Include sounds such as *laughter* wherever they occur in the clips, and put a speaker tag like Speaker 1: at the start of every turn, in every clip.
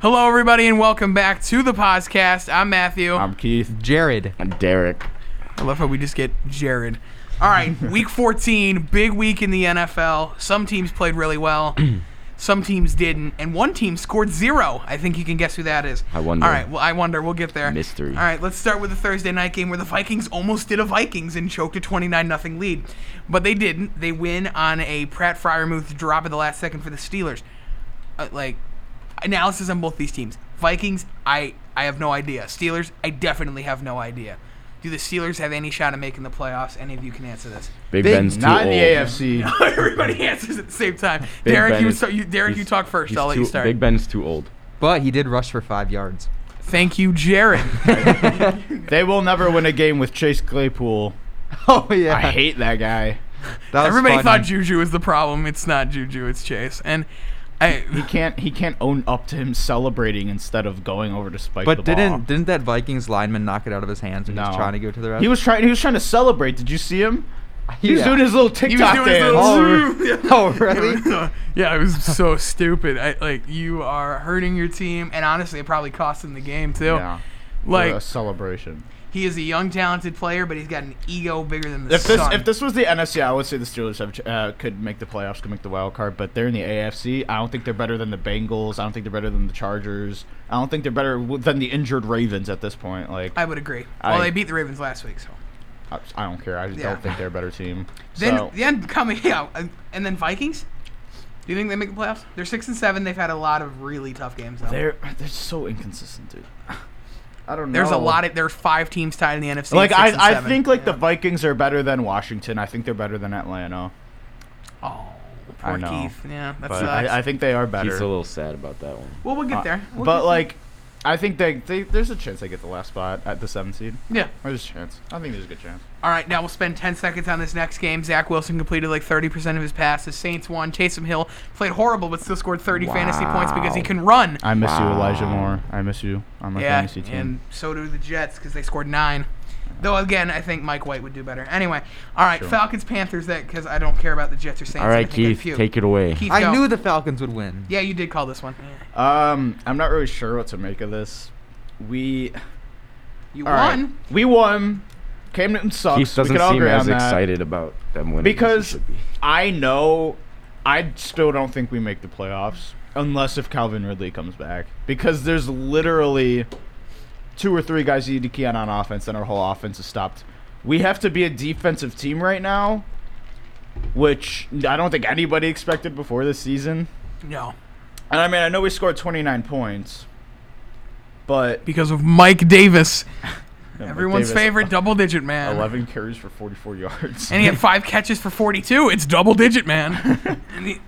Speaker 1: Hello, everybody, and welcome back to the podcast. I'm Matthew.
Speaker 2: I'm Keith.
Speaker 3: Jared.
Speaker 2: I'm Derek.
Speaker 1: I love how we just get Jared. All
Speaker 2: *laughs*
Speaker 1: right, week 14, big week in the NFL. Some teams played really
Speaker 2: *clears throat*
Speaker 1: well, some teams didn't, and one team scored zero. I think you can guess who that is.
Speaker 2: I wonder.
Speaker 1: All right, well, I wonder. We'll get there.
Speaker 2: Mystery.
Speaker 1: All right, let's start with the Thursday night game where the Vikings almost did a Vikings and choked a 29 0 lead, but they didn't. They win on a Pratt Fryermuth drop at the last second for the Steelers. Uh, like, analysis on both these teams. Vikings, I I have no idea. Steelers, I definitely have no idea. Do the Steelers have any shot at making the playoffs? Any of you can answer this. *laughs*
Speaker 2: Big
Speaker 3: Big-
Speaker 2: Ben's too
Speaker 3: not in
Speaker 2: old.
Speaker 3: the AFC.
Speaker 1: Everybody *laughs* answers at the same time.
Speaker 2: Big
Speaker 1: Derek,
Speaker 2: Ben
Speaker 1: you,
Speaker 2: is-
Speaker 1: start, you Derek,
Speaker 2: he's-
Speaker 1: you talk first.
Speaker 2: he's
Speaker 1: I'll let you
Speaker 2: too-
Speaker 1: start.
Speaker 2: Big Ben's too old.
Speaker 3: But he did rush for five yards.
Speaker 1: Thank you, Jared.
Speaker 2: They will never win a game with Chase Claypool.
Speaker 3: *laughs* Oh yeah.
Speaker 2: I hate that guy.
Speaker 3: That was
Speaker 1: Everybody
Speaker 3: funny.
Speaker 1: thought Juju was the problem. It's not Juju. It's Chase. And
Speaker 2: He *laughs*
Speaker 1: I
Speaker 2: can't. He can't own up to him celebrating instead of going over to spike the
Speaker 3: But didn't
Speaker 2: ball.
Speaker 3: didn't that Vikings lineman knock it out of his hands when he was
Speaker 2: No.
Speaker 3: trying to go to the ref?
Speaker 2: he was trying. He was trying to celebrate. Did you see him? He was
Speaker 3: Yeah.
Speaker 2: doing his little
Speaker 1: he was
Speaker 2: TikTok
Speaker 1: doing his
Speaker 2: dance.
Speaker 1: little
Speaker 2: *laughs*
Speaker 3: Oh,
Speaker 1: zoo. Yeah.
Speaker 3: *laughs* Oh really?
Speaker 1: *laughs* yeah, it was so stupid. I, like you are hurting your team, and honestly, it probably cost him the game too.
Speaker 2: Yeah.
Speaker 1: Like
Speaker 2: What a celebration.
Speaker 1: He is a young, talented player, but he's got an ego bigger than the
Speaker 2: If this
Speaker 1: sun.
Speaker 2: if this was the NFC, I would say the Steelers have, ch- uh, could make the playoffs, could make the wild card. But they're in the AFC. I don't think they're better than the Bengals. I don't think they're better than the Chargers. I don't think they're better w- than the injured Ravens at this point. Like
Speaker 1: I would agree. well,
Speaker 2: I-
Speaker 1: they beat the Ravens last week, so.
Speaker 2: I, I don't care. I just
Speaker 1: Yeah.
Speaker 2: don't think they're a better team.
Speaker 1: Then,
Speaker 2: so,
Speaker 1: then coming *laughs* yeah, and- and then Vikings. Do you think they make the playoffs? They're six and seven. They've had a lot of really tough games. Though.
Speaker 2: they're they're so inconsistent, dude. I don't know.
Speaker 1: There's a lot of there's five teams tied in the NFC. at
Speaker 2: like
Speaker 1: six
Speaker 2: I,
Speaker 1: and
Speaker 2: I
Speaker 1: seven.
Speaker 2: think like the
Speaker 1: Yeah.
Speaker 2: Vikings are better than Washington. I think they're better than Atlanta.
Speaker 1: oh
Speaker 2: I
Speaker 1: poor
Speaker 2: know.
Speaker 1: Keith. Yeah, that
Speaker 2: But
Speaker 1: sucks.
Speaker 2: I, I think they are better.
Speaker 4: He's a little sad about that one.
Speaker 1: well, we'll
Speaker 2: Uh,
Speaker 1: get there. We'll
Speaker 2: but
Speaker 1: get-
Speaker 2: like, I think they, they there's a chance they get the last spot at the seventh seed.
Speaker 1: yeah.
Speaker 2: There's a chance. I think there's a good chance.
Speaker 1: All right, now we'll spend 10 seconds on this next game. Zach Wilson completed like 30% of his passes. Saints won. Taysom Hill played horrible, but still scored 30 fantasy points because he
Speaker 4: Wow.
Speaker 1: can run.
Speaker 2: I miss you, Elijah Moore. I miss you on my
Speaker 1: yeah,
Speaker 2: fantasy team.
Speaker 1: and so do the Jets because they scored nine. Though again, I think Mike White would do better. Anyway, all right,
Speaker 2: Sure.
Speaker 1: Falcons Panthers that because I don't care about the Jets or Saints.
Speaker 4: All
Speaker 1: and I
Speaker 4: right,
Speaker 1: think I
Speaker 4: Keith,
Speaker 1: puke.
Speaker 4: take it away.
Speaker 1: Keith,
Speaker 3: I
Speaker 1: go.
Speaker 3: knew the Falcons would win.
Speaker 1: Yeah, you did call this one.
Speaker 2: um, I'm not really sure what to make of this. We
Speaker 1: You
Speaker 2: all right.
Speaker 1: won.
Speaker 2: We won. Cam Newton sucks.
Speaker 4: Keith
Speaker 2: we
Speaker 4: doesn't
Speaker 2: can all
Speaker 4: seem
Speaker 2: agree
Speaker 4: as
Speaker 2: on that.
Speaker 4: excited about them winning
Speaker 2: Because-
Speaker 4: as he should be.
Speaker 2: I know. I still don't think we make the playoffs unless if Calvin Ridley comes back because there's literally two or three guys you need to key on on offense, and our whole offense is stopped. We have to be a defensive team right now, which I don't think anybody expected before this season.
Speaker 1: No,
Speaker 2: And I mean, I know we scored 29 points, but
Speaker 1: because of Mike Davis, everyone's favorite double-digit man.
Speaker 2: 11 uh, carries for
Speaker 1: *laughs*
Speaker 2: 44 yards. *laughs*
Speaker 1: And he had five catches for 42. It's double-digit man. and he,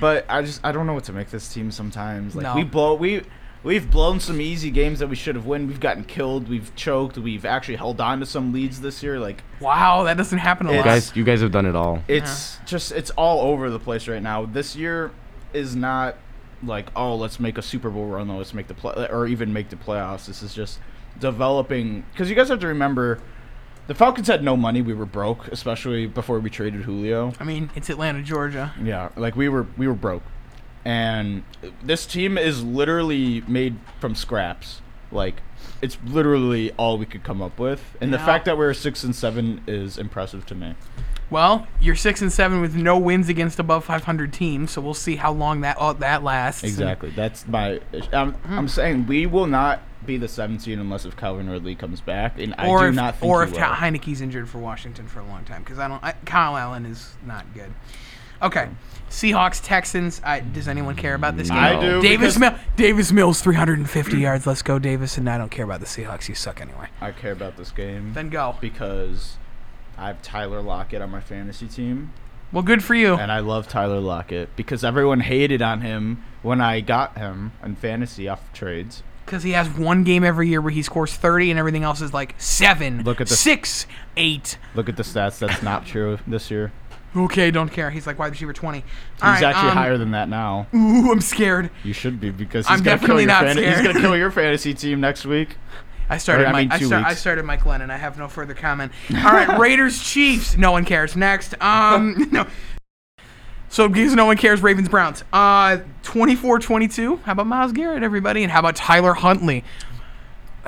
Speaker 2: But I just I don't know what to make this team sometimes. Like
Speaker 1: No.
Speaker 2: we blow we we've blown some easy games that we should have won. We've gotten killed. We've choked. We've actually held on to some leads this year. Like
Speaker 1: wow, that doesn't happen a
Speaker 2: It
Speaker 1: lot.
Speaker 4: You guys, you guys have done it all.
Speaker 2: it's just it's all over the place right now. This year is not like oh let's make a Super Bowl run. Let's make the play or even make the playoffs. This is just developing because you guys have to remember. The Falcons had no money. We were broke, especially before we traded Julio.
Speaker 1: I mean, it's Atlanta, Georgia.
Speaker 2: Yeah, like we were we were broke, and this team is literally made from scraps. Like it's literally all we could come up with, and the
Speaker 1: Yeah.
Speaker 2: fact that we're six and seven is impressive to me.
Speaker 1: Well, you're six and seven with no wins against above 500 teams, so we'll see how long that uh, that lasts.
Speaker 2: Exactly, that's my. I'm, I'm saying we will not be the seventh seed unless if Calvin Ridley comes back, and I
Speaker 1: or
Speaker 2: do
Speaker 1: if,
Speaker 2: not think
Speaker 1: or
Speaker 2: he
Speaker 1: if
Speaker 2: will.
Speaker 1: Ta- Heineke's injured for Washington for a long time because I don't. I, Kyle Allen is not good. Okay, Seahawks Texans. I, does anyone care about this game?
Speaker 2: I do
Speaker 1: Davis
Speaker 2: because-
Speaker 1: Mill. Davis Mills 350 yards. Let's go, Davis. And I don't care about the Seahawks. You suck anyway.
Speaker 2: I care about this game
Speaker 1: Then go.
Speaker 2: because I have Tyler Lockett on my fantasy team.
Speaker 1: Well, good for you.
Speaker 2: *laughs* and I love Tyler Lockett because everyone hated on him when I got him in fantasy off trades.
Speaker 1: Because he has one game every year where he scores 30 and everything else is like seven,
Speaker 2: Look at the-
Speaker 1: six, eight.
Speaker 2: Look at the stats. That's not true this year.
Speaker 1: Okay, don't care. He's like wide receiver 20. All
Speaker 2: He's
Speaker 1: right,
Speaker 2: actually
Speaker 1: um,
Speaker 2: higher than that now.
Speaker 1: Ooh, I'm scared.
Speaker 2: You should be because
Speaker 1: I'm
Speaker 2: he's gonna kill
Speaker 1: definitely
Speaker 2: your
Speaker 1: not
Speaker 2: fan- he's
Speaker 1: scared. *laughs*
Speaker 2: gonna kill your fantasy team next week.
Speaker 1: I started.
Speaker 2: Or, I
Speaker 1: my,
Speaker 2: mean,
Speaker 1: I,
Speaker 2: two
Speaker 1: start, I
Speaker 2: weeks.
Speaker 1: started Mike Lennon. I have no further
Speaker 2: *laughs*
Speaker 1: comment. All right, Raiders Chiefs. No one cares. Next, um, no. So in case no one cares, Ravens Browns. Uh 24-22. How about Miles Garrett, everybody? And how about Tyler Huntley?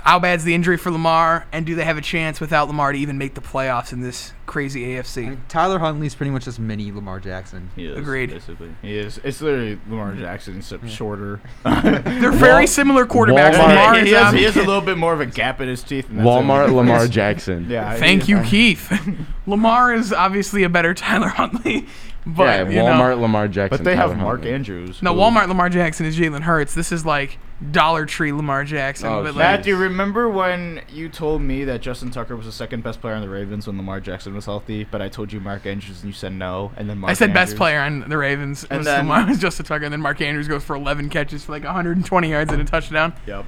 Speaker 1: How bad's the injury for Lamar? And do they have a chance without Lamar to even make the playoffs in this crazy AFC?
Speaker 3: And Tyler Huntley's pretty much just mini Lamar Jackson.
Speaker 2: He is,
Speaker 1: Agreed.
Speaker 2: Basically, he is. It's literally Lamar Jackson, except
Speaker 4: *laughs*
Speaker 2: shorter. *laughs*
Speaker 1: They're very similar quarterbacks.
Speaker 4: Walmart-
Speaker 1: Lamar
Speaker 2: he,
Speaker 1: is,
Speaker 2: has,
Speaker 1: um,
Speaker 2: he
Speaker 1: *laughs*
Speaker 2: has a little bit more of a gap in his teeth. and that's it.
Speaker 4: Walmart Lamar Jackson.
Speaker 2: *laughs* Yeah. he
Speaker 1: Thank
Speaker 2: is.
Speaker 1: you, Keith. *laughs* Lamar is obviously a better *laughs* Tyler Huntley,
Speaker 4: Yeah,
Speaker 1: but you know-
Speaker 4: Walmart Lamar Jackson.
Speaker 2: But they have
Speaker 4: Tyler
Speaker 2: Mark
Speaker 4: Huntley.
Speaker 2: Andrews.
Speaker 1: No,
Speaker 2: who-
Speaker 1: Walmart Lamar Jackson is Jalen Hurts. This is like Dollar Tree Lamar Jackson.
Speaker 4: Oh,
Speaker 1: but like,
Speaker 2: Matt, do you remember when you told me that Justin Tucker was the second best player on the Ravens when Lamar Jackson was healthy? But I told you Mark Andrews, and you said no, and then Mark
Speaker 1: I said
Speaker 2: Andrews-
Speaker 1: best player on the Ravens.
Speaker 2: And
Speaker 1: And
Speaker 2: then-
Speaker 1: then Lamar *laughs* was just a tucker, and then Mark Andrews goes for 11 catches for like 120 yards and a touchdown.
Speaker 2: Yep.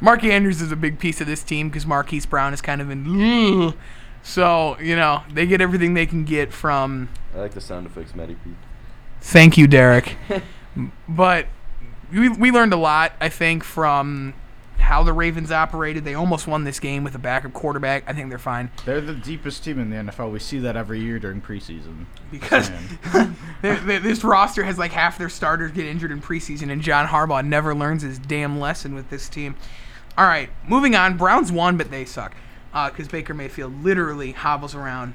Speaker 1: Mark Andrews is a big piece of this team because Marquise Brown is kind of in. So you know they get everything they can get from.
Speaker 4: I like the sound effects, Matty P.
Speaker 1: Thank you, Derek. but we, we learned a lot, I think, from how the Ravens operated. They almost won this game with a backup quarterback. I think they're fine
Speaker 2: They're the deepest team in the NFL. We see that every year
Speaker 1: *laughs*
Speaker 2: during preseason.
Speaker 1: because
Speaker 2: Man.
Speaker 1: they, they, this roster has like half their starters get injured in preseason, and John Harbaugh never learns his damn lesson with this team. All right, moving on. Browns won, but they suck because Baker Mayfield literally hobbles around.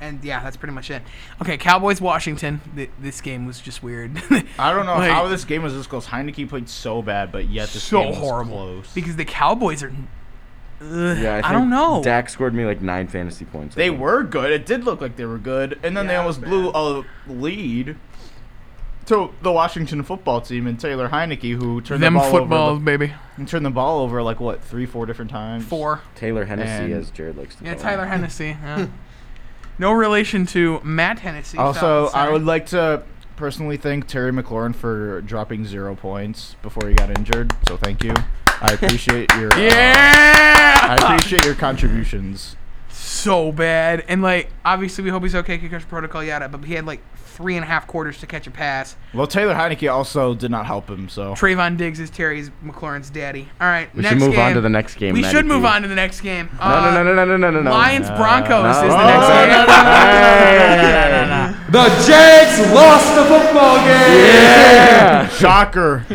Speaker 1: And yeah, that's pretty much it. Okay, Cowboys Washington. Th- this game was just weird. *laughs*
Speaker 2: I don't know
Speaker 1: Like-
Speaker 2: how this game was this close. Heineke played so bad, but yet this
Speaker 1: so
Speaker 2: game was
Speaker 1: horrible
Speaker 2: close.
Speaker 1: because the Cowboys are. Ugh,
Speaker 4: Yeah, I,
Speaker 1: I,
Speaker 4: think
Speaker 1: don't know.
Speaker 4: Dak scored me like nine fantasy points. I
Speaker 2: they
Speaker 4: think.
Speaker 2: were good. It did look like they were good, and then they
Speaker 1: Yeah,
Speaker 2: almost
Speaker 1: bad.
Speaker 2: blew a lead to the Washington football team and Taylor Heineke, who turned
Speaker 1: Them
Speaker 2: the ball
Speaker 1: footballs,
Speaker 2: over,
Speaker 1: baby.
Speaker 2: and turned the ball over like what three, four different times.
Speaker 1: Four.
Speaker 4: Taylor
Speaker 2: And-
Speaker 4: Hennessy, as Jared likes to
Speaker 1: Yeah,
Speaker 4: call
Speaker 1: Tyler
Speaker 4: him. *laughs*
Speaker 1: Hennessy. yeah. No relation to Matt Hennessy.
Speaker 2: Also,
Speaker 1: Falcons,
Speaker 2: I
Speaker 1: sorry.
Speaker 2: would like to personally thank Terry McLaurin for dropping zero points before he got injured. So thank you. I appreciate your.
Speaker 1: *laughs*
Speaker 2: uh,
Speaker 1: Yeah. *laughs*
Speaker 2: I appreciate your contributions.
Speaker 1: so bad. And like, obviously, we hope he's okay, concussion protocol, yada. But he had like three and a half quarters to catch a pass.
Speaker 2: Well, Taylor Heineke also did not help
Speaker 1: *laughs*
Speaker 2: him, so
Speaker 1: Trayvon Diggs is Terry's McLaurin's daddy. All right,
Speaker 4: We
Speaker 1: next
Speaker 4: should move
Speaker 1: game.
Speaker 4: on to the next game.
Speaker 1: We
Speaker 4: Matty
Speaker 1: should move
Speaker 4: P.
Speaker 1: on to the next game. Uh,
Speaker 4: No, no, no, no, no, no, no, no.
Speaker 1: Lions
Speaker 2: No.
Speaker 1: Broncos is the
Speaker 4: No.
Speaker 1: next
Speaker 4: No,
Speaker 1: game.
Speaker 4: no, no, no, no, no, no, no,
Speaker 3: The Jags lost the football game.
Speaker 2: shocker.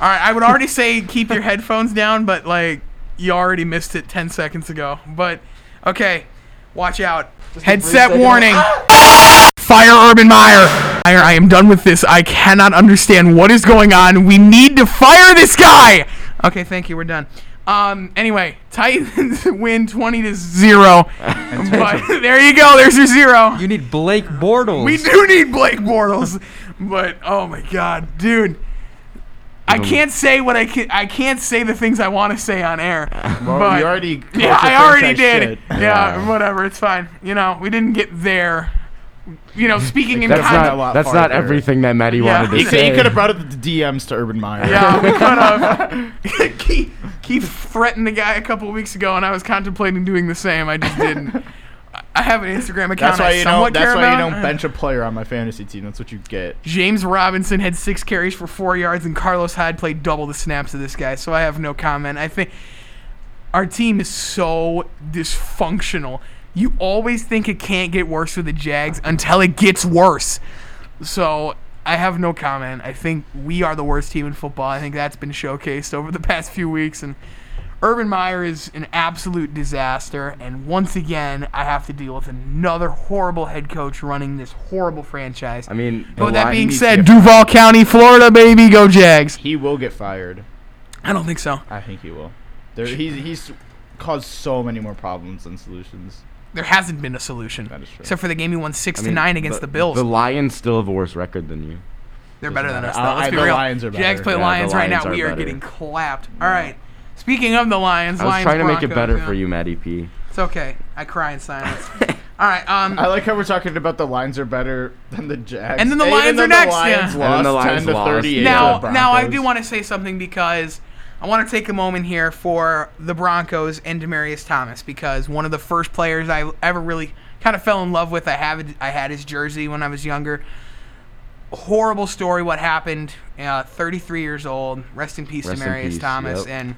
Speaker 1: All right, I would already say keep your headphones down, but like you already missed it 10 seconds ago. But okay, watch out. Headset warning. Fire Urban Meyer. Meyer, I am done with this. I cannot understand what is going on. We need to fire this guy. Okay, thank you. We're done. Um. Anyway, Titans *laughs* win 20 to zero. but there you go. There's your zero.
Speaker 3: You need Blake Bortles.
Speaker 1: We do need Blake Bortles, but oh my god, dude.
Speaker 2: Um,
Speaker 1: I can't say what I can. I can't say the things I want to say on air.
Speaker 2: well,
Speaker 1: but
Speaker 2: you already.
Speaker 1: *laughs* yeah,
Speaker 2: called your
Speaker 1: I already
Speaker 2: franchise
Speaker 1: did.
Speaker 2: shit.
Speaker 1: Yeah,
Speaker 4: Yeah.
Speaker 1: whatever. It's fine. You know, we didn't get there. You know, speaking in
Speaker 4: That's
Speaker 1: context.
Speaker 2: lot
Speaker 4: not. That's not
Speaker 2: farther.
Speaker 4: everything that Matty
Speaker 1: Yeah.
Speaker 4: wanted to
Speaker 2: He,
Speaker 1: You
Speaker 4: say.
Speaker 2: could have brought up the DMs to Urban Meyer.
Speaker 1: Yeah,
Speaker 2: *laughs*
Speaker 1: we could have. *laughs* Keith, Keith threatened the guy a couple weeks ago, and I was contemplating doing the same. I just didn't.
Speaker 2: *laughs*
Speaker 1: I- I have an Instagram account.
Speaker 2: That's why
Speaker 1: I
Speaker 2: you
Speaker 1: somewhat Uh.
Speaker 2: don't. That's
Speaker 1: care
Speaker 2: why you
Speaker 1: about.
Speaker 2: don't bench a player on my fantasy team. That's what you get.
Speaker 1: James Robinson had six carries for four yards, and Carlos Hyde played double the snaps of this guy. So I have no comment. I think our team is so dysfunctional. You always think it can't get worse with the Jags until it gets worse. So I have no comment. I think we are the worst team in football. I think that's been showcased over the past few weeks, and Urban Meyer is an absolute disaster. And once again, I have to deal with another horrible head coach running this horrible franchise.
Speaker 4: I mean, the
Speaker 1: But with that
Speaker 4: Lions-
Speaker 1: being
Speaker 2: needs to
Speaker 1: said,
Speaker 2: get-
Speaker 1: Duval County, Florida, baby, go Jags.
Speaker 2: He will get fired.
Speaker 1: I don't think so.
Speaker 2: I think he will. There, he's he's caused so many more problems than solutions.
Speaker 1: There hasn't been a solution.
Speaker 2: That is true.
Speaker 1: Except for the game you won six
Speaker 4: I
Speaker 1: to
Speaker 4: mean,
Speaker 1: nine against the, Bills.
Speaker 4: The Lions still have a worse record than you.
Speaker 1: They're better than us. Though.
Speaker 2: Uh,
Speaker 1: Let's
Speaker 2: I-
Speaker 1: be
Speaker 2: the
Speaker 1: real.
Speaker 2: Lions are
Speaker 1: Jags
Speaker 2: better.
Speaker 1: play
Speaker 4: Yeah, the
Speaker 1: Lions right
Speaker 4: Lions
Speaker 1: now.
Speaker 4: are
Speaker 1: We are
Speaker 4: better.
Speaker 1: getting clapped. All right. Speaking of the Lions,
Speaker 4: I was
Speaker 1: Lions
Speaker 4: trying to make it
Speaker 1: Broncos,
Speaker 4: better
Speaker 1: yeah.
Speaker 4: for you, Matty P.
Speaker 1: It's okay. I cry in silence.
Speaker 4: *laughs*
Speaker 1: All right. Um.
Speaker 2: I like how we're talking about the lines are better than the Jags.
Speaker 1: And then the Lions
Speaker 2: then
Speaker 1: are next,
Speaker 2: The Lions
Speaker 1: yeah.
Speaker 2: lost
Speaker 4: And then the Lions
Speaker 2: 10
Speaker 4: lost.
Speaker 2: to 38.
Speaker 1: now,
Speaker 2: to the
Speaker 1: now I
Speaker 2: Broncos.
Speaker 1: do want to say something because I want to take a moment here for the Broncos and Demarius Thomas because one of the first players I ever really kind of fell in love with. I have it- I had his jersey when I was younger. Horrible story. What happened? Uh, 33 years old. Rest in peace,
Speaker 4: Rest in
Speaker 1: Demarius
Speaker 4: peace,
Speaker 1: Thomas.
Speaker 4: yep.
Speaker 1: And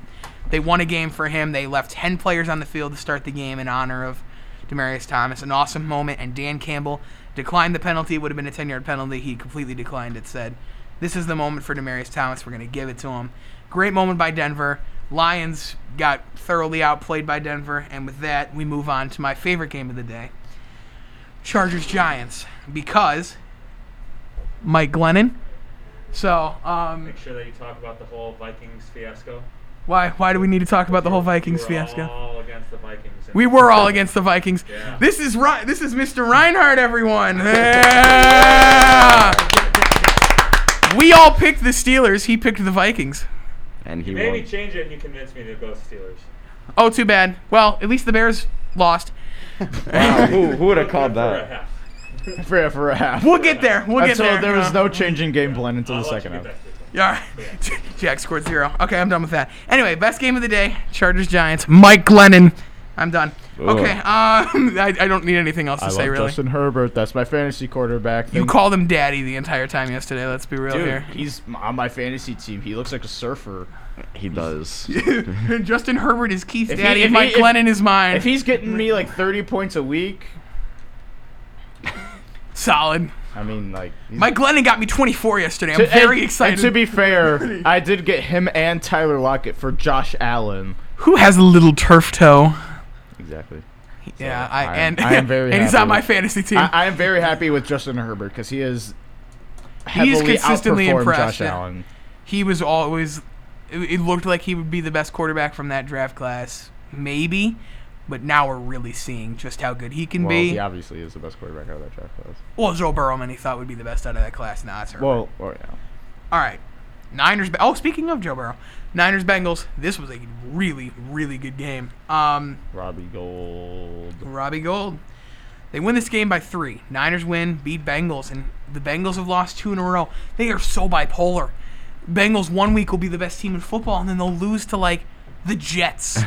Speaker 1: they won a game for him. They left 10 players on the field to start the game in honor of Demarius Thomas, an awesome moment, and Dan Campbell declined the penalty. It would have been a 10 yard penalty. He completely declined it, said, This is the moment for Demarius Thomas. We're going to give it to him. Great moment by Denver. Lions got thoroughly outplayed by Denver. And with that, we move on to my favorite game of the day Chargers Giants, because Mike Glennon. So, um,
Speaker 5: Make sure that you talk about the whole Vikings fiasco.
Speaker 1: why why do we need to talk about the whole Vikings
Speaker 5: we were
Speaker 1: fiasco?
Speaker 5: All against the Vikings. and-
Speaker 1: We were all against the Vikings.
Speaker 5: Yeah.
Speaker 1: This is Ri- this is Mr. Reinhardt, everyone. Yeah. we all picked the Steelers. He picked the Vikings.
Speaker 4: And he
Speaker 5: Made me
Speaker 1: *laughs*
Speaker 4: won.
Speaker 5: change it, and you convinced me to go Steelers.
Speaker 1: Oh, too bad. Well, at least the Bears lost.
Speaker 4: Wow, who who would
Speaker 5: *laughs*
Speaker 4: have called
Speaker 5: For a
Speaker 4: that?
Speaker 5: half.
Speaker 2: *laughs* For, for a half.
Speaker 1: We'll get there. We'll get
Speaker 2: Until
Speaker 1: there.
Speaker 2: there was
Speaker 1: Uh,
Speaker 2: no change in game plan until
Speaker 5: I'll
Speaker 2: the
Speaker 5: let
Speaker 2: second
Speaker 5: you get
Speaker 2: half.
Speaker 5: back to your point.
Speaker 1: Yeah. *laughs* all right. Jack scored zero. Okay, I'm done with that. Anyway, best game of the day: Chargers Giants. Mike Glennon. I'm done. Okay. Um, *laughs* I, I don't need anything else to
Speaker 2: I love
Speaker 1: say really.
Speaker 2: Justin Herbert. That's my fantasy quarterback.
Speaker 1: You
Speaker 2: Thank-
Speaker 1: called him daddy the entire time yesterday. Let's be real
Speaker 2: Dude,
Speaker 1: here.
Speaker 2: he's on my fantasy team. He looks like a surfer.
Speaker 4: He does.
Speaker 1: *laughs* Justin Herbert is Keith's
Speaker 2: If he-
Speaker 1: daddy.
Speaker 2: if he-
Speaker 1: Mike
Speaker 2: if-
Speaker 1: Glennon is mine.
Speaker 2: If he's getting me like 30 points a week,
Speaker 1: solid.
Speaker 2: I mean, like. he's-
Speaker 1: Mike Glennon got me 24 yesterday. I'm
Speaker 2: To-
Speaker 1: very
Speaker 2: and-
Speaker 1: excited.
Speaker 2: And to
Speaker 1: *laughs*
Speaker 2: be fair, I did get him and Tyler Lockett for Josh Allen.
Speaker 1: Who has a little turf toe?
Speaker 2: Exactly.
Speaker 1: Yeah, I,
Speaker 2: I am-
Speaker 1: and
Speaker 2: I am
Speaker 1: *laughs*
Speaker 2: very
Speaker 1: and he's
Speaker 2: happy
Speaker 1: on my
Speaker 2: with-
Speaker 1: fantasy *laughs* team.
Speaker 2: I, I am very happy with Justin Herbert because he is.
Speaker 1: He is
Speaker 2: heavily
Speaker 1: consistently
Speaker 2: outperformed
Speaker 1: impressed,
Speaker 2: Josh
Speaker 1: yeah.
Speaker 2: Allen.
Speaker 1: he was always. It, it looked like he would be the best quarterback from that draft class, maybe. But now we're really seeing just how good he can
Speaker 2: Well,
Speaker 1: be.
Speaker 2: he obviously is the best quarterback out of that draft class.
Speaker 1: Well, Joe Burrow, man, he thought would be the best out of that class. Nah, it's Herbert.
Speaker 2: Well, or yeah.
Speaker 1: All right. Niners. Oh, speaking of Joe Burrow, Niners Bengals. This was a really, really good game. Um,
Speaker 2: Robbie Gold.
Speaker 1: Robbie Gold. They win this game by three. Niners win, beat Bengals, and the Bengals have lost two in a row. They are so bipolar. Bengals one week will be the best team in football, and then they'll lose to like the
Speaker 2: *laughs*
Speaker 1: Jets.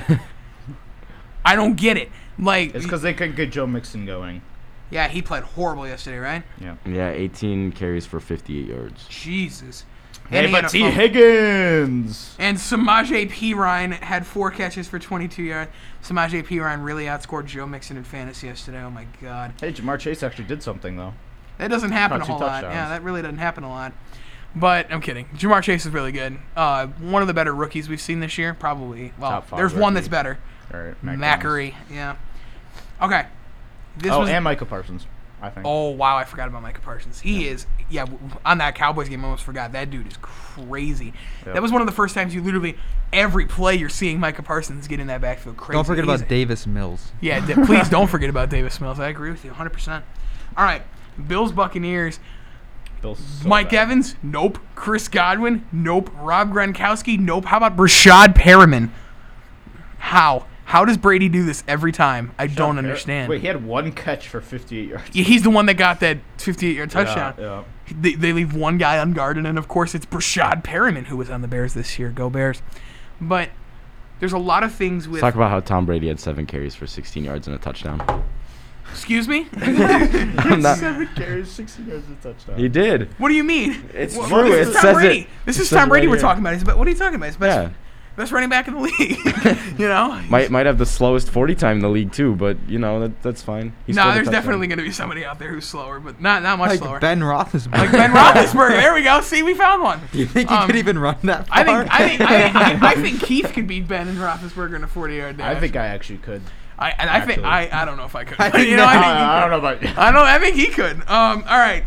Speaker 1: I don't get it. Like,
Speaker 2: It's because they couldn't get Joe Mixon going.
Speaker 1: yeah, he played horrible yesterday, right?
Speaker 2: Yeah.
Speaker 4: Yeah, 18 carries for 58 yards.
Speaker 1: Jesus.
Speaker 2: Hey,
Speaker 1: And he had
Speaker 2: but
Speaker 1: a
Speaker 2: T.
Speaker 1: fumble.
Speaker 2: Higgins.
Speaker 1: And Samaje P. Ryan had four catches for 22 yards. Samaje P. Ryan really outscored Joe Mixon in fantasy yesterday. Oh my God,
Speaker 2: Hey, Jamar Chase actually did something though.
Speaker 1: that doesn't happen a
Speaker 2: Caught two
Speaker 1: whole lot.
Speaker 2: touchdowns.
Speaker 1: Yeah, that really doesn't happen a lot. But I'm kidding. Jamar Chase is really good. Uh, one of the better rookies we've seen this year, probably. Well,
Speaker 2: Top five
Speaker 1: there's one
Speaker 2: rookie.
Speaker 1: that's better.
Speaker 2: All right. Mac Jones.
Speaker 1: Mackery. Yeah. Okay. This
Speaker 2: oh,
Speaker 1: was.
Speaker 2: and Michael Parsons. I think.
Speaker 1: oh wow, I forgot about Micah Parsons. He is. Yeah, w- on that Cowboys game, I almost forgot. That dude is crazy.
Speaker 2: Yep.
Speaker 1: That was one of the first times you literally every play you're seeing Micah Parsons get in that backfield. Crazy.
Speaker 3: Don't forget
Speaker 1: He's-
Speaker 3: about Davis Mills.
Speaker 1: yeah, d- please don't forget
Speaker 2: *laughs*
Speaker 1: about Davis Mills. I agree with you 100%. All right, Bills Buccaneers.
Speaker 2: Bill's so
Speaker 1: Mike
Speaker 2: bad.
Speaker 1: Evans, nope. Chris Godwin, nope. Rob Gronkowski, nope. How about Brashad Perriman? How? How does Brady do this every time? I don't
Speaker 2: Par-
Speaker 1: understand.
Speaker 2: Wait, he had one catch for 58 yards.
Speaker 1: Yeah, He's the one that got that 58-yard *laughs* touchdown.
Speaker 2: Yeah,
Speaker 1: They, they leave one guy unguarded, and of course it's Brashad Perriman who was on the Bears this year. Go Bears! But there's a lot of things with.
Speaker 4: Let's talk about how Tom Brady had seven carries for 16 yards and
Speaker 1: *laughs*
Speaker 4: a touchdown.
Speaker 1: Excuse
Speaker 4: *laughs*
Speaker 1: me.
Speaker 4: I'm
Speaker 2: yeah.
Speaker 4: not-
Speaker 2: Seven carries, 16 yards of touchdown.
Speaker 4: he did.
Speaker 1: What do you mean?
Speaker 4: It's
Speaker 1: Wha-
Speaker 4: true,
Speaker 1: This
Speaker 4: it
Speaker 1: is Tom
Speaker 4: says
Speaker 1: Brady.
Speaker 4: it-
Speaker 1: This
Speaker 4: it
Speaker 1: is
Speaker 4: says
Speaker 1: Tom
Speaker 4: it
Speaker 1: Brady
Speaker 4: right
Speaker 1: we're
Speaker 4: here.
Speaker 1: talking about. He's about what are you talking about? He's best,
Speaker 4: Yeah.
Speaker 1: best running back in the
Speaker 4: *laughs*
Speaker 1: league. you know.
Speaker 4: Might might have the slowest 40 time in the league too, but you know that that's fine. He
Speaker 1: No,
Speaker 4: scored a
Speaker 1: there's
Speaker 4: touchdown.
Speaker 1: definitely going to be somebody out there who's slower, but not not much
Speaker 3: Like
Speaker 1: slower.
Speaker 3: Ben Roethlisberger.
Speaker 1: like
Speaker 4: *laughs*
Speaker 1: Ben Roethlisberger. There we go. See, we found one.
Speaker 3: Do *laughs* you think he could
Speaker 1: Um,
Speaker 3: even run that far?
Speaker 1: I think I think I think, I
Speaker 4: *laughs*
Speaker 1: think Keith could beat Ben and Roethlisberger in a 40-yard dash.
Speaker 2: I think I actually could.
Speaker 1: I and I think
Speaker 2: actually.
Speaker 1: I, I don't know if I could. *laughs*
Speaker 3: I
Speaker 1: But, you
Speaker 3: think
Speaker 1: know,
Speaker 3: that-
Speaker 1: I think he
Speaker 2: I, I
Speaker 1: could.
Speaker 2: don't know about
Speaker 1: I don't. I think he could. Um. All right.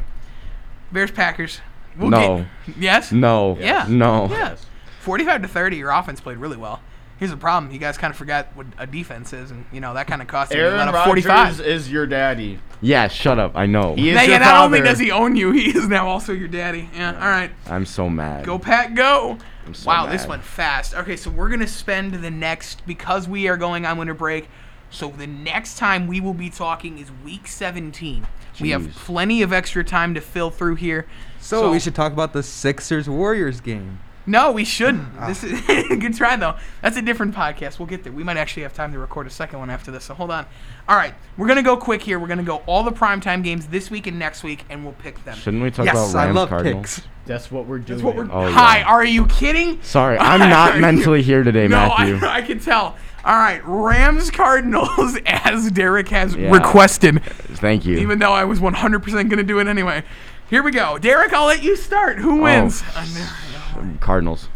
Speaker 1: Bears Packers. We'll
Speaker 4: No.
Speaker 1: Get, yes.
Speaker 4: No.
Speaker 1: Yeah.
Speaker 4: No.
Speaker 1: Yeah. 45 to 30, your offense played really well. Here's the problem. You guys kind of forgot what a defense is, and, you know, that kind of cost you. You let
Speaker 2: Aaron
Speaker 1: up
Speaker 2: Rodgers
Speaker 1: 45.
Speaker 2: is your daddy.
Speaker 4: Yeah, shut up. I know.
Speaker 2: He is
Speaker 1: Now, yeah,
Speaker 2: your
Speaker 1: not only
Speaker 2: father.
Speaker 1: does he own you, *laughs* he is now also your daddy. Yeah, all right.
Speaker 4: I'm so mad.
Speaker 1: Go, Pack, go.
Speaker 4: I'm so
Speaker 1: wow, this
Speaker 4: mad.
Speaker 1: went fast. Okay, so we're going to spend the next, because we are going on winter break, so the next time we will be talking is week 17. We have
Speaker 4: Jeez.
Speaker 1: plenty of extra time to fill through here.
Speaker 3: so, we should talk about the Sixers Warriors game.
Speaker 1: No, we shouldn't. This is *laughs* good try though. That's a different podcast. We'll get there. We might actually have time to record a second one after this. So hold on. All right, we're gonna go quick here. We're gonna go all the primetime games this week and next week, and we'll pick them.
Speaker 4: Shouldn't we talk
Speaker 1: Yes,
Speaker 4: about
Speaker 1: I
Speaker 4: Rams
Speaker 3: I love
Speaker 4: Cardinals?
Speaker 3: picks.
Speaker 2: That's what we're doing.
Speaker 1: That's what we're.
Speaker 4: Oh,
Speaker 1: Hi,
Speaker 4: yeah.
Speaker 1: are you kidding? *laughs*
Speaker 4: Sorry, I'm not mentally here today,
Speaker 1: No,
Speaker 4: Matthew.
Speaker 1: *laughs* I, I can tell. All right, Rams Cardinals *laughs* as Derek has
Speaker 4: Yeah.
Speaker 1: requested,
Speaker 4: Thank you.
Speaker 1: even though I was 100% going to do it anyway. Here we go. Derek, I'll let you start. Who wins? I'm there.
Speaker 4: Oh. Cardinals.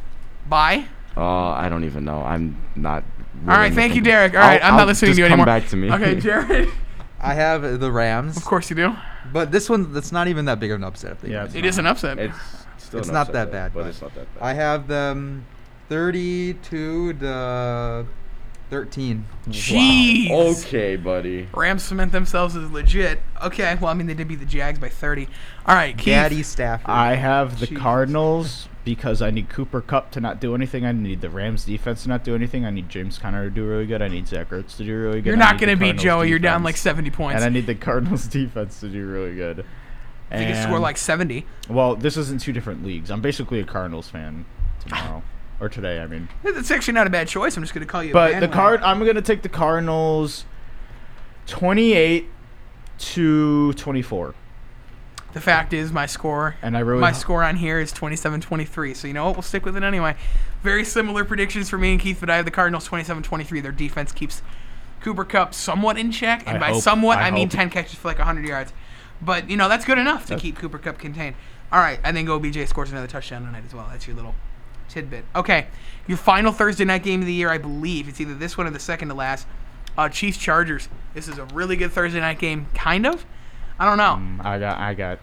Speaker 1: Bye.
Speaker 4: Uh, I don't even know. I'm not.
Speaker 1: All right, thank you, Derek. All right, I'm not listening to you anymore.
Speaker 4: Come back to me.
Speaker 1: Okay,
Speaker 4: *laughs*
Speaker 1: Jared.
Speaker 3: I have the Rams.
Speaker 1: Of course you do.
Speaker 3: But this one, that's not even that big of an upset. If they
Speaker 2: Yeah,
Speaker 3: win.
Speaker 2: it's
Speaker 1: It is an upset.
Speaker 4: It's still
Speaker 3: It's
Speaker 4: an
Speaker 3: not
Speaker 4: upset,
Speaker 3: that
Speaker 4: though,
Speaker 3: bad,
Speaker 4: but
Speaker 3: but-
Speaker 4: it's not that bad.
Speaker 3: I have them 32 to 13.
Speaker 1: Jeez.
Speaker 4: Okay, buddy.
Speaker 1: Rams cement themselves as legit. Okay, well, I mean, they did beat the Jags by 30. All right, Keith.
Speaker 3: Daddy Stafford.
Speaker 2: I have the
Speaker 1: Jesus.
Speaker 2: Cardinals because I need Cooper Cup to not do anything. I need the Rams defense to not do anything. I need James Conner to do really good. I need Zach Ertz to do really good.
Speaker 1: You're
Speaker 2: I
Speaker 1: not
Speaker 2: need the
Speaker 1: going to beat
Speaker 2: Cardinals
Speaker 1: Joey. You're down
Speaker 2: defense.
Speaker 1: like 70 points.
Speaker 2: And I need the Cardinals *laughs* defense to do really good.
Speaker 1: They could score
Speaker 2: And-
Speaker 1: like 70.
Speaker 2: Well, this is in two different leagues. I'm basically a Cardinals fan
Speaker 1: *laughs*
Speaker 2: tomorrow. or today, I mean.
Speaker 1: That's actually not a bad choice. I'm just going to call you a
Speaker 2: But the
Speaker 1: bandwagon.
Speaker 2: card I'm gonna take the Cardinals twenty eight to twenty four.
Speaker 1: The fact is, my score.
Speaker 2: And I really
Speaker 1: my
Speaker 2: ho-
Speaker 1: score on here is 27-23. So you know what? We'll stick with it anyway. Very similar predictions for me and Keith, but I have the Cardinals 27-23. Their defense keeps Cooper Cup somewhat in check, and
Speaker 2: I
Speaker 1: by
Speaker 2: hope-
Speaker 1: somewhat I,
Speaker 2: I
Speaker 1: mean
Speaker 2: hope.
Speaker 1: 10 catches for like 100 yards. But you know that's good enough to keep Cooper Cup contained. All right, and then go BJ scores another touchdown tonight as well. That's your little tidbit. Okay, your final Thursday night game of the year, I believe it's either this one or the second to last. Uh, Chiefs Chargers. This is a really good Thursday night game, kind of. I don't know.
Speaker 2: Um, I got I got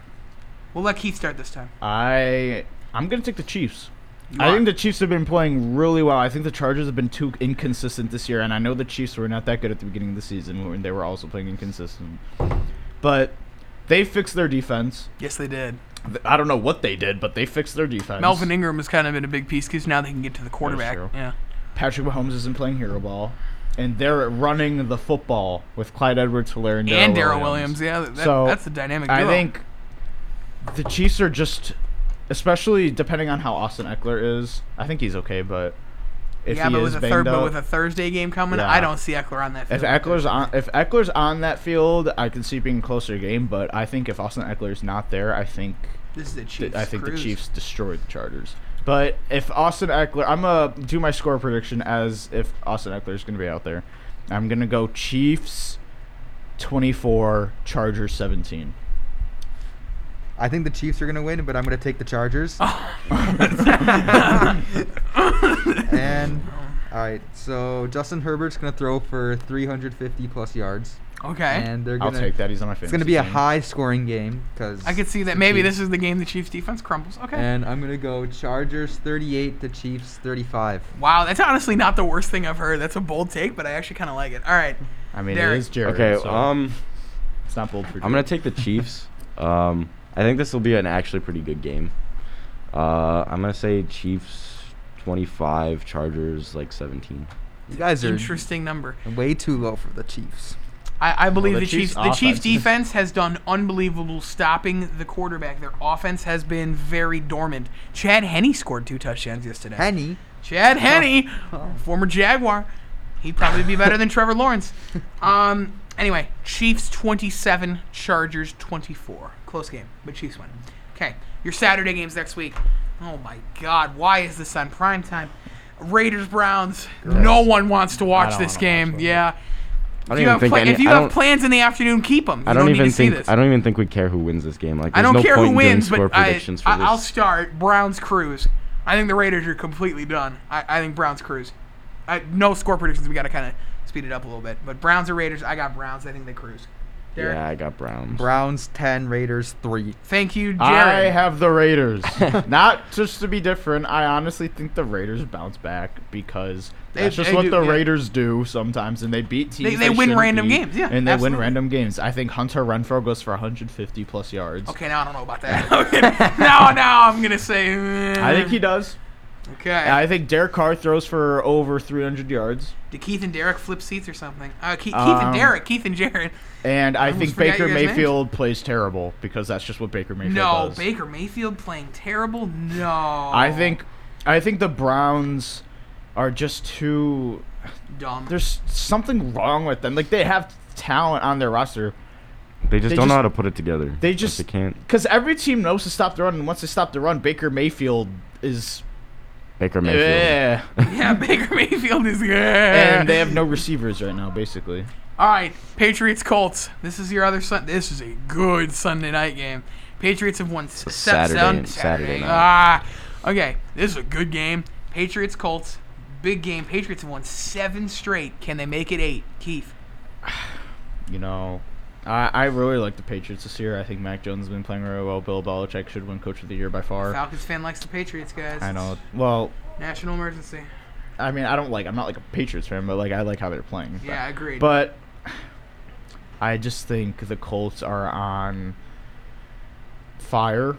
Speaker 1: We'll let Keith start this time.
Speaker 2: I I'm gonna take the Chiefs.
Speaker 1: You
Speaker 2: I
Speaker 1: are.
Speaker 2: think the Chiefs have been playing really well. I think the Chargers have been too inconsistent this year, and I know the Chiefs were not that good at the beginning of the season when they were also playing inconsistent. But they fixed their defense.
Speaker 1: Yes, they did.
Speaker 2: Th- I don't know what they did, but they fixed their defense.
Speaker 1: Melvin Ingram has kind of been a big piece because now they can get to the quarterback.
Speaker 2: true.
Speaker 1: Yeah.
Speaker 2: Patrick Mahomes isn't playing hero ball, and they're running the football with Clyde Edwards-Helaire and Darryl
Speaker 1: and Daryl Williams.
Speaker 2: Williams.
Speaker 1: Yeah, that,
Speaker 2: So,
Speaker 1: that's a dynamic duo.
Speaker 2: I think the Chiefs are just, especially depending on how Austin Eckler is. I think he's okay, but if
Speaker 1: yeah,
Speaker 2: he
Speaker 1: but
Speaker 2: is
Speaker 1: with a
Speaker 2: banged
Speaker 1: third, but
Speaker 2: up-
Speaker 1: with a Thursday game coming,
Speaker 2: Yeah.
Speaker 1: I don't see Eckler on that
Speaker 2: if
Speaker 1: field.
Speaker 2: Eckler's on, if Eckler's on that field, I can see being a closer game. But I think if Austin Eckler's not there, I think
Speaker 1: this is the
Speaker 2: th-
Speaker 1: Chiefs.
Speaker 2: I think
Speaker 1: cruise.
Speaker 2: the Chiefs destroyed the Chargers. But if Austin Eckler, I'm gonna do my score prediction as if Austin Eckler's gonna be out there. I'm gonna go Chiefs. 24 Chargers 17.
Speaker 3: I think the Chiefs are going to win, but I'm going to take the Chargers.
Speaker 1: *laughs*
Speaker 3: and all right, so Justin Herbert's going to throw for 350 plus yards,
Speaker 1: Okay.
Speaker 3: and they're
Speaker 2: I'll
Speaker 3: going
Speaker 2: take
Speaker 3: to.
Speaker 2: that. He's on my fantasy.
Speaker 3: It's going to be a
Speaker 2: team.
Speaker 3: high-scoring game because
Speaker 1: I could see that maybe this is the game the Chiefs defense crumbles. Okay.
Speaker 3: And I'm going to go Chargers 38 to Chiefs 35.
Speaker 1: wow, that's honestly not the worst thing I've heard. That's a bold take, but I actually kind of like it. All right.
Speaker 2: I mean,
Speaker 1: Derek.
Speaker 2: it is Jared.
Speaker 4: Okay,
Speaker 2: so
Speaker 4: um,
Speaker 2: it's not bold for
Speaker 4: I'm gonna take the Chiefs.
Speaker 3: *laughs*
Speaker 4: Um, I think this will be an actually pretty good game. Uh, I'm gonna say Chiefs 25, Chargers like 17.
Speaker 3: You guys are
Speaker 1: Interesting number.
Speaker 3: way too low for the Chiefs.
Speaker 1: I, I believe
Speaker 2: the
Speaker 1: the, Chiefs.
Speaker 2: Chiefs'
Speaker 1: the Chiefs'
Speaker 2: offense-
Speaker 1: defense has done unbelievable stopping the quarterback. Their offense has been very dormant. Chad Henney scored two touchdowns yesterday.
Speaker 3: Penny,
Speaker 1: Chad
Speaker 4: Oh.
Speaker 1: Henney, former Jaguar, he'd probably be better
Speaker 4: *laughs*
Speaker 1: than Trevor Lawrence. Um. Anyway, Chiefs 27, Chargers 24. Close game, but Chiefs win. Okay, your Saturday games next week. Oh my God, why is this on prime time? Raiders Browns. No one wants to watch
Speaker 2: don't
Speaker 1: this
Speaker 2: wanna watch
Speaker 1: game.
Speaker 2: that.
Speaker 1: yeah.
Speaker 4: I
Speaker 1: If
Speaker 4: don't
Speaker 1: you,
Speaker 4: even
Speaker 1: have,
Speaker 4: think
Speaker 1: pla-
Speaker 4: any-
Speaker 1: if you
Speaker 4: I
Speaker 1: have
Speaker 4: don't-
Speaker 1: plans in the afternoon, keep them.
Speaker 4: I don't,
Speaker 1: need
Speaker 4: even
Speaker 1: to see
Speaker 4: think
Speaker 1: this.
Speaker 4: I don't even think we care who wins this game. Like
Speaker 1: I
Speaker 4: there's
Speaker 1: don't
Speaker 4: no
Speaker 1: care
Speaker 4: point
Speaker 1: who wins,
Speaker 4: in doing
Speaker 1: but
Speaker 4: score
Speaker 1: I,
Speaker 4: predictions for
Speaker 1: I,
Speaker 4: this.
Speaker 1: I'll start Browns Cruise. I think the Raiders are completely done. I, I think Browns Cruise. I, no score predictions. We got to kind of speed it up a little bit. But Browns or Raiders, I got Browns. I think they cruise. Derek,
Speaker 4: yeah, I got Browns.
Speaker 3: Browns 10, Raiders 3.
Speaker 1: thank you,
Speaker 2: I
Speaker 1: Jared.
Speaker 2: have the *laughs* Raiders. Not just to be different. I honestly think the Raiders bounce back because
Speaker 1: They-
Speaker 2: that's just
Speaker 1: they
Speaker 2: what
Speaker 1: do,
Speaker 2: the
Speaker 1: yeah.
Speaker 2: Raiders do sometimes, and they beat teams.
Speaker 1: They- they win
Speaker 2: shouldn't
Speaker 1: random
Speaker 2: beat,
Speaker 1: games, yeah,
Speaker 2: and they
Speaker 1: absolutely.
Speaker 2: win random games. I think Hunter Renfro goes for 150 plus yards.
Speaker 1: okay, now I don't know about
Speaker 4: *laughs*
Speaker 1: that. okay. Now, now I'm gonna say. *laughs*
Speaker 2: I think he does.
Speaker 1: Okay.
Speaker 2: I think Derek Carr throws for over 300 yards,
Speaker 1: Did Keith and Derek flip seats or something? Uh, Keith, Keith
Speaker 2: Um,
Speaker 1: and Derek. Keith and Jared.
Speaker 2: and I,
Speaker 1: almost
Speaker 2: think
Speaker 1: forgot
Speaker 2: Baker
Speaker 1: your guys' names.
Speaker 2: Mayfield plays terrible because that's just what Baker Mayfield
Speaker 1: No,
Speaker 2: does.
Speaker 1: Baker Mayfield playing terrible. No.
Speaker 2: I think, I think the Browns are just too
Speaker 1: dumb.
Speaker 2: there's something wrong with them. Like they have talent on their roster.
Speaker 4: they just
Speaker 2: they
Speaker 4: don't know
Speaker 2: just-
Speaker 4: how to put it together.
Speaker 2: They
Speaker 4: Like,
Speaker 2: just
Speaker 4: they can't.
Speaker 2: because every team knows to stop the run, and once they stop the run, Baker Mayfield is
Speaker 4: Baker Mayfield.
Speaker 2: Yeah.
Speaker 1: *laughs* Yeah, Baker Mayfield is good.
Speaker 2: and they have no receivers right now, basically.
Speaker 1: All right, Patriots Colts. This is your other Sun. This is a good Sunday night game. Patriots have won s-
Speaker 4: It's
Speaker 1: se-
Speaker 4: Saturday-
Speaker 1: sun-
Speaker 4: it's Saturday
Speaker 1: Ah, okay. This is a good game. Patriots Colts. Big game. Patriots have won seven straight. Can they make it eight? Keith.
Speaker 2: You know, I, I really like the Patriots this year. I think Mac Jones has been playing really well. Bill Belichick should win Coach of the Year by far.
Speaker 1: Falcons fan likes the Patriots, guys.
Speaker 2: I know. Well,
Speaker 1: National emergency.
Speaker 2: I mean, I don't like. I'm not like a Patriots fan, but like I like how they're playing.
Speaker 1: Yeah, I agree.
Speaker 2: But I just think the Colts are on fire.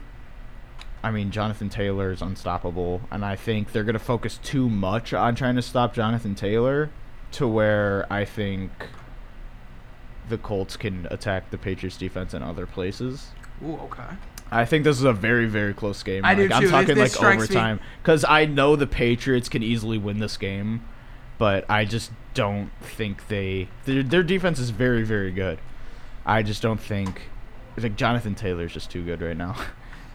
Speaker 2: I mean, Jonathan Taylor is unstoppable, and I think they're going to focus too much on trying to stop Jonathan Taylor to where I think the Colts can attack the Patriots defense in other places.
Speaker 1: Ooh, okay.
Speaker 2: I think this is a very, very close game.
Speaker 1: I do
Speaker 2: like, I'm
Speaker 1: too. This-
Speaker 2: talking
Speaker 1: this
Speaker 2: like
Speaker 1: strikes me-
Speaker 2: overtime because I know the Patriots can easily win this game, but I just don't think they their their defense is very, very good. I just don't think like Jonathan Taylor's just too good right now. *laughs*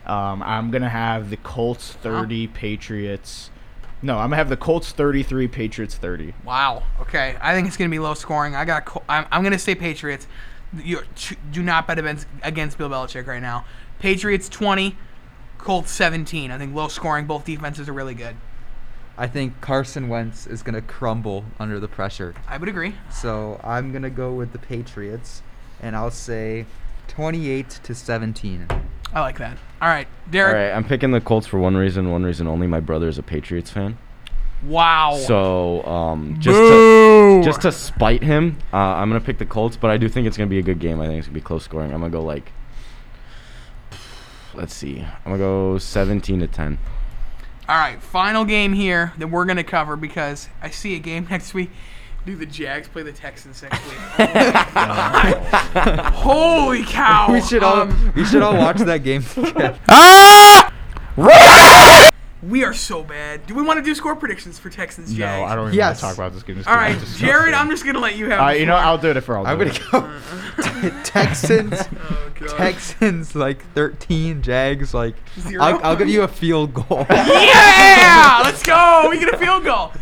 Speaker 2: Um, I'm gonna have the Colts 30, Patriots. No, I'm gonna have the Colts 33, Patriots 30.
Speaker 1: Wow. Okay. I think it's going to be low scoring. I got. Col- I'm, I'm going to say Patriots. You do not bet against, against Bill Belichick right now. Patriots 20, Colts 17. I think low scoring. Both defenses are really good.
Speaker 3: I think Carson Wentz is going to crumble under the pressure.
Speaker 1: I would agree.
Speaker 3: So I'm going to go with the Patriots, and I'll say 28 to 17.
Speaker 1: I like that. All right,
Speaker 4: All
Speaker 1: Derek.
Speaker 4: right, I'm picking the Colts for one reason, one reason only. My brother is a Patriots fan,
Speaker 1: Wow.
Speaker 4: so um, just to,
Speaker 1: Oh. Boo!
Speaker 4: just to spite him, uh, I'm gonna pick the Colts. But I do think it's gonna be a good game. I think it's gonna be close scoring. I'm gonna go like, let's see, I'm gonna go 17 to 10.
Speaker 1: All right, final game here that we're gonna cover because I see a game *laughs* next week. Do the Jags play the Texans next
Speaker 4: *laughs*
Speaker 1: week? Oh Holy
Speaker 4: *laughs*
Speaker 1: cow!
Speaker 3: We should all
Speaker 1: Um,
Speaker 3: we should all watch that
Speaker 1: *laughs*
Speaker 3: game together.
Speaker 1: We are so bad. Do we want to do score predictions for Texans
Speaker 2: No,
Speaker 1: Jags?
Speaker 2: I don't even
Speaker 3: Yes.
Speaker 2: want to talk about this game. This
Speaker 1: All
Speaker 2: game
Speaker 1: right,
Speaker 2: is disgusting.
Speaker 1: Jared, I'm just gonna let you have.
Speaker 2: Uh,
Speaker 1: the
Speaker 2: you know,
Speaker 1: floor.
Speaker 2: I'll do it for all.
Speaker 3: I'm gonna go *laughs* Texans.
Speaker 1: Oh, God.
Speaker 3: Texans like 13, Jags like.
Speaker 1: Zero.
Speaker 3: I'll, I'll give you a field
Speaker 1: *laughs*
Speaker 3: goal.
Speaker 1: Yeah, let's go. We get a field goal.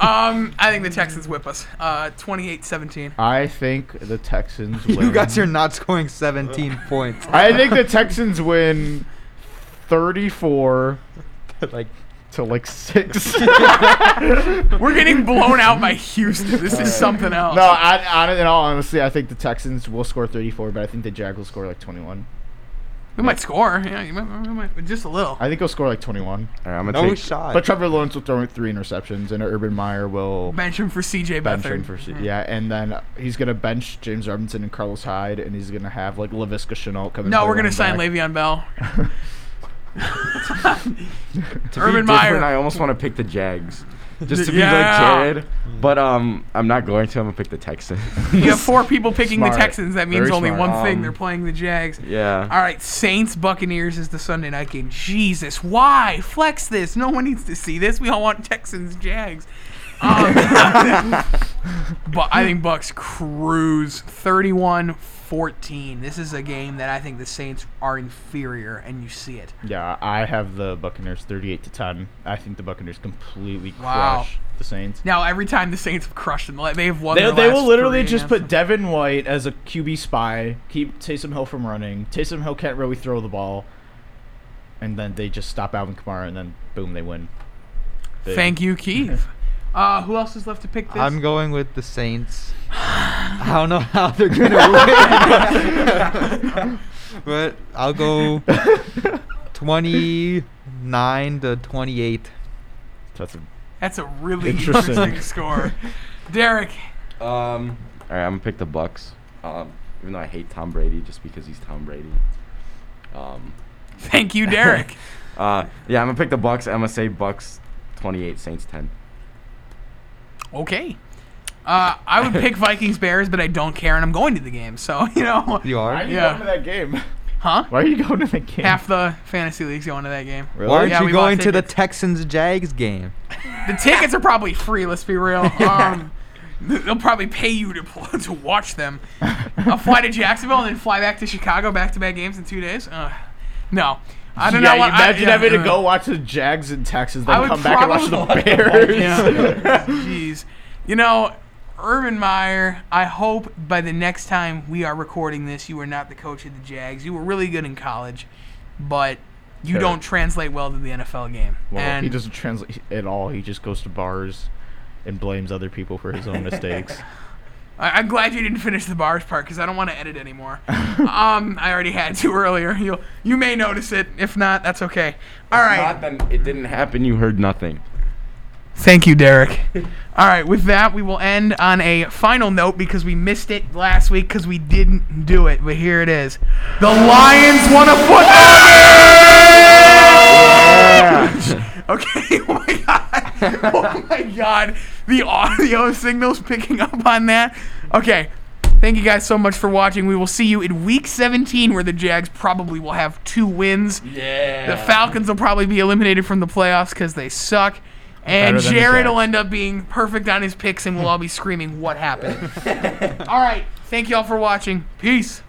Speaker 1: Um, I think the Texans whip us. Uh, 28-17.
Speaker 2: I think the Texans.
Speaker 3: *laughs* you
Speaker 2: win.
Speaker 3: guys are not scoring 17 points.
Speaker 2: I think the Texans win 34
Speaker 3: like
Speaker 2: to like 6.
Speaker 1: We're getting blown out by Houston. This is something else.
Speaker 2: no, I, I, in all honesty, I think the Texans will score 34, but I think the Jags will score like 21.
Speaker 1: we might score. Yeah, you might, we might, just a little.
Speaker 2: I think they'll score like 21.
Speaker 4: All right, I'm gonna
Speaker 3: no
Speaker 4: take
Speaker 3: shot.
Speaker 2: But Trevor Lawrence will throw in three interceptions, and Urban Meyer will
Speaker 1: Bench Mm. him for C.J.
Speaker 2: bench
Speaker 1: Beathard.
Speaker 2: him for se- yeah, and then he's gonna bench James Robinson and Carlos Hyde, and he's gonna have like Lavisca Chenault come. and
Speaker 1: No,
Speaker 2: play
Speaker 1: we're gonna
Speaker 2: running
Speaker 1: sign
Speaker 2: back.
Speaker 1: Le'Veon Bell.
Speaker 4: to be
Speaker 1: Urban
Speaker 4: different,
Speaker 1: Meyer.
Speaker 4: I almost want to pick the Jags, just to be
Speaker 1: Yeah.
Speaker 4: like Jared. But um, I'm not going to. I'm gonna pick the Texans.
Speaker 1: You have four people picking the
Speaker 2: Smart.
Speaker 1: Texans. That means
Speaker 4: Very
Speaker 1: only
Speaker 4: smart.
Speaker 1: one thing.
Speaker 4: Um,
Speaker 1: They're playing the Jags.
Speaker 4: *laughs* yeah.
Speaker 1: All right, Saints Buccaneers is the Sunday night game. Jesus, why flex this? No one needs to see this. We all want Texans Jags. Um, *laughs* but I think Bucks cruise 31-14. This is a game that I think the Saints are inferior, and you see it.
Speaker 2: Yeah, I have the Buccaneers 38 to 10. I think the Buccaneers completely
Speaker 1: Wow.
Speaker 2: crush the Saints.
Speaker 1: Now every time the Saints have crushed them, like, they have won.
Speaker 2: They,
Speaker 1: their
Speaker 2: they
Speaker 1: last
Speaker 2: will literally
Speaker 1: three
Speaker 2: just
Speaker 1: games.
Speaker 2: put Devin White as a QB spy, keep Taysom Hill from running. Taysom Hill can't really throw the ball, and then they just stop Alvin Kamara, and then boom, they win. They-
Speaker 1: Thank you, Keith. Uh, who else is left to pick this?
Speaker 3: I'm going with the Saints.
Speaker 1: *gasps*
Speaker 3: I don't know how they're gonna
Speaker 1: *laughs*
Speaker 3: win, but I'll go 29 to 28.
Speaker 2: That's a,
Speaker 1: That's a really
Speaker 2: Interesting.
Speaker 1: interesting score. Derek,
Speaker 4: Um, all right, I'm gonna pick the Bucks. Um, even though I hate Tom Brady, just because he's Tom Brady. Um,
Speaker 1: thank you, Derek.
Speaker 4: uh, yeah, I'm gonna pick the Bucks. I'm gonna say Bucks 28, Saints 10.
Speaker 1: Okay. Uh, I would
Speaker 2: *laughs*
Speaker 1: pick Vikings Bears, but I don't care, and I'm going to the game. So *laughs* you know,
Speaker 3: You
Speaker 2: why
Speaker 3: are?
Speaker 2: are you
Speaker 1: Yeah.
Speaker 2: going to that game?
Speaker 1: huh?
Speaker 2: *laughs* Why are you going to that game?
Speaker 1: Half the fantasy leagues going to that game.
Speaker 2: Really?
Speaker 3: Why aren't
Speaker 1: Yeah,
Speaker 3: you
Speaker 1: we bought
Speaker 3: going to the
Speaker 1: tickets.
Speaker 3: Texans Jags game?
Speaker 1: The tickets are probably free. Let's be
Speaker 2: *laughs*
Speaker 1: real. Um, th- they'll probably pay you to pl- to watch them. I'll fly to Jacksonville and then fly back to Chicago, back to back games in two days. Uh, no. I do
Speaker 2: yeah,
Speaker 1: not want. I-
Speaker 2: imagine
Speaker 1: yeah,
Speaker 2: having to
Speaker 1: uh,
Speaker 2: go watch the Jags and Texans,
Speaker 1: I
Speaker 2: then
Speaker 1: would
Speaker 2: come back and watch the
Speaker 1: probably-
Speaker 2: Bears. *laughs*
Speaker 1: Yeah. *laughs* Jeez. You know, Urban Meyer, I hope by the next time we are recording this, you are not the coach of the Jags. You were really good in college, but you
Speaker 2: Sure.
Speaker 1: don't translate well to the NFL game.
Speaker 2: Well,
Speaker 1: and
Speaker 2: he doesn't translate at all. He just goes to bars and blames other people for his own mistakes.
Speaker 1: I- I'm glad you didn't finish the bars part because I don't want to edit
Speaker 2: *laughs*
Speaker 1: anymore. um, I already had to earlier. You you may notice it. If not, that's okay. All right.
Speaker 4: Not then it didn't happen. You heard nothing.
Speaker 1: Thank you, Derek. *laughs* All right, with that, we will end on a final note because we missed it last week because we didn't do it, but here it is. The Lions won a football game! Okay, *laughs* oh my god. Oh my god. The audio signals picking up on that. Okay. Thank you guys so much for watching. We will see you in week 17 where the Jags probably will have two wins.
Speaker 4: Yeah.
Speaker 1: The Falcons will probably be eliminated from the playoffs because they suck. And
Speaker 2: Better than the
Speaker 1: Jared
Speaker 2: Jags.
Speaker 1: will end up being perfect
Speaker 2: *laughs*
Speaker 1: on his picks, and we'll all be screaming, What happened? all right. Thank you all for watching. Peace.